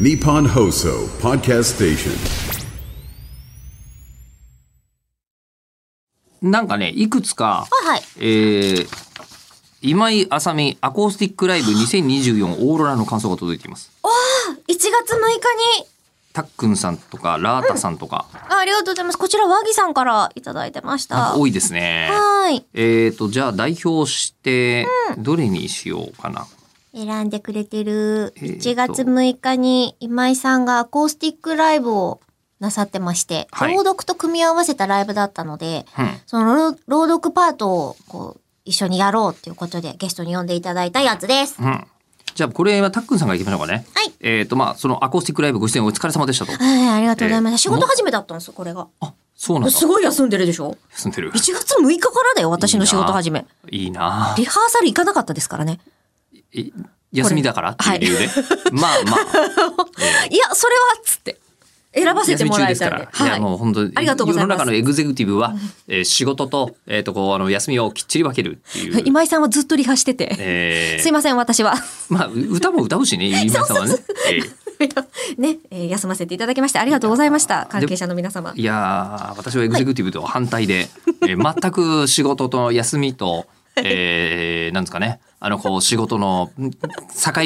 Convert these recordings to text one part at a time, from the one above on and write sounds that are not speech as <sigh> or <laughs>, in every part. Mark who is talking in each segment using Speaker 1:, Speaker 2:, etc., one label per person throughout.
Speaker 1: Nippon Hoso Podcast Station.
Speaker 2: なんかね、いくつか、
Speaker 3: はいはい
Speaker 2: えー今井あさみアコースティックライブ2024オーロラの感想が届いています。
Speaker 3: 1月6日に、
Speaker 2: たっくんさんとか、ラータさんとか、
Speaker 3: あありがとうございます。こちら、和木さんからいただいてまし
Speaker 2: なん
Speaker 3: た。
Speaker 2: か多いですね。
Speaker 3: はーい。
Speaker 2: えーと、じゃあ代表して、どれにしようかな。
Speaker 3: 選んでくれてる。
Speaker 2: えーと
Speaker 3: 1月6日に今井さんがアコースティックライブをなさってまして、
Speaker 2: はい
Speaker 3: 朗読と組み合わせたライブだったので、
Speaker 2: うん
Speaker 3: その朗朗読パートをこう一緒にやろうっていうことでゲストに呼んでいただいたやつです。
Speaker 2: うん。じゃあこれはたっくんさんからいきましょうかね。
Speaker 3: はい
Speaker 2: えーと、まあ、そのアコースティックライブご出演お疲れ様でしたと。
Speaker 3: はい、ありがとうございました。
Speaker 2: えー
Speaker 3: 仕事始めだったんですよ、これが。
Speaker 2: あ、そうなんだ。
Speaker 3: すごい休んでるでしょ
Speaker 2: 住んでる
Speaker 3: ?1。月6日からだよ、私の仕事始め。
Speaker 2: いいな
Speaker 3: リハーサル行かなかったですからね。
Speaker 2: え休みだからっていう理由で。まあまあ。
Speaker 3: いや、それはっつって。選ばせてもらえたんで。
Speaker 2: い、やもう本当に
Speaker 3: ありがとうございます
Speaker 2: 世の中のエグゼクティブは、えー仕事と,、えー、とこうあの休みをきっちり分けるっていう。
Speaker 3: はい今井さんはずっとリハしてて。
Speaker 2: えー
Speaker 3: すいません、私は。 <laughs>
Speaker 2: まあ歌も歌うしね今さんはね。えー
Speaker 3: ね、えー休ませていただきましてありがとうございました。関係者の皆様。
Speaker 2: いやー私はエグゼクティブとは反対で、えー全く仕事と休みと、えーなんですかねあのこう仕事のん境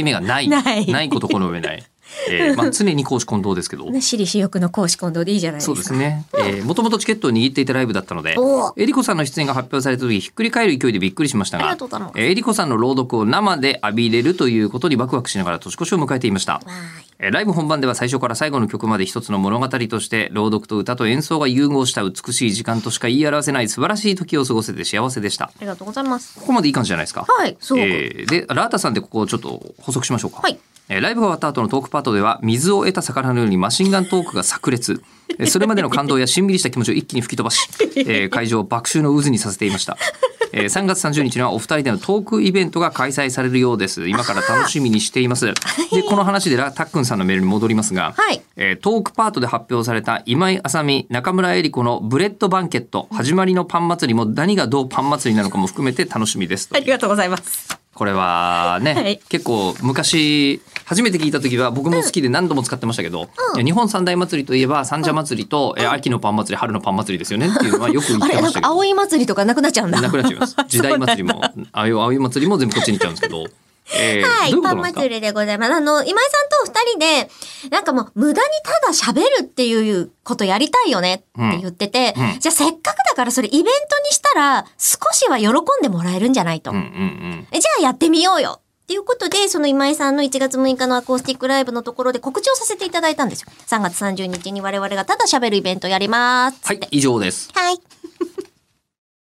Speaker 2: 目がない
Speaker 3: ない
Speaker 2: ことこの上ない、えーまあ、常に公私混同です
Speaker 3: <laughs>
Speaker 2: けど、
Speaker 3: ね、私利私欲の公私混同でいいじゃないです
Speaker 2: そ
Speaker 3: か。
Speaker 2: うですね。えー、もともとチケットを握っていたライブだったので
Speaker 3: おー、
Speaker 2: えりこさんの出演が発表された時、ひっくり返る勢いでびっくりしました
Speaker 3: あり
Speaker 2: が
Speaker 3: がとうございま、す
Speaker 2: えーえりこさんの朗読を生で浴びれるということにワクワクしながら年越しを迎えていました。
Speaker 3: わーい。
Speaker 2: えーライブ本番では最初から最後の曲まで一つの物語として、朗読と歌と演奏が融合した美しい時間としか言い表せない素晴らしい時を過ごせて幸せでした。
Speaker 3: ありがとうございます。
Speaker 2: ここまでいい感じじゃないですか。
Speaker 3: はいすごく
Speaker 2: えーで、ラータさんでここをちょっと補足しましょうか。
Speaker 3: はい
Speaker 2: えーライブが終わった後のトークパートでは、水を得た魚のようにマシンガントークが炸裂。えーそれまでの感動やしんびりした気持ちを一気に吹き飛ば
Speaker 3: <laughs>
Speaker 2: し、えー会場を爆笑の渦にさせていました。えー3月30日にはお二人でのトークイベントが開催されるようです。今から楽しみにしています。で、この話でラタックンさんのメールに戻りますが、
Speaker 3: はい
Speaker 2: えートークパートで発表された今井あさみ中村江里子のブレッドバンケット始まりのパン祭りも何がどうパン祭りなのかも含めて楽しみですと
Speaker 3: ありがとうございます。
Speaker 2: これはね、
Speaker 3: はい
Speaker 2: 結構昔初めて聞いた時は僕も好きで何度も使ってましたけど、いや日本三大祭りといえば三社祭りと、えー秋のパン祭り春のパン祭りですよねっていうのはよく言
Speaker 3: あ
Speaker 2: って
Speaker 3: れ、
Speaker 2: ま
Speaker 3: なん
Speaker 2: した
Speaker 3: か
Speaker 2: けど。
Speaker 3: 葵祭りとかなくなっちゃうんだ。
Speaker 2: なくなっちゃいます。時代祭りも、あい青い祭りも全部こっちに行っちゃうんですけど。えー
Speaker 3: はい、
Speaker 2: どういうこ
Speaker 3: パ
Speaker 2: と
Speaker 3: ン
Speaker 2: なんです
Speaker 3: 祭
Speaker 2: か
Speaker 3: りでございます。あの、今井さんと二人で、なんかもう無駄にただ喋るっていうことやりたいよねって言ってて、
Speaker 2: うんうん
Speaker 3: じゃあせっかくだからそれイベントにしたら少しは喜んでもらえるんじゃないと。
Speaker 2: うんうん
Speaker 3: えじゃあやってみようよっていうことで、その今井さんの1月6日のアコースティックライブのところで告知をさせていただいたんですよ。3月30日に我々がただ喋るイベントやりますっ
Speaker 2: は
Speaker 3: つっ
Speaker 2: い
Speaker 3: て。、
Speaker 2: 以上です。
Speaker 3: はい。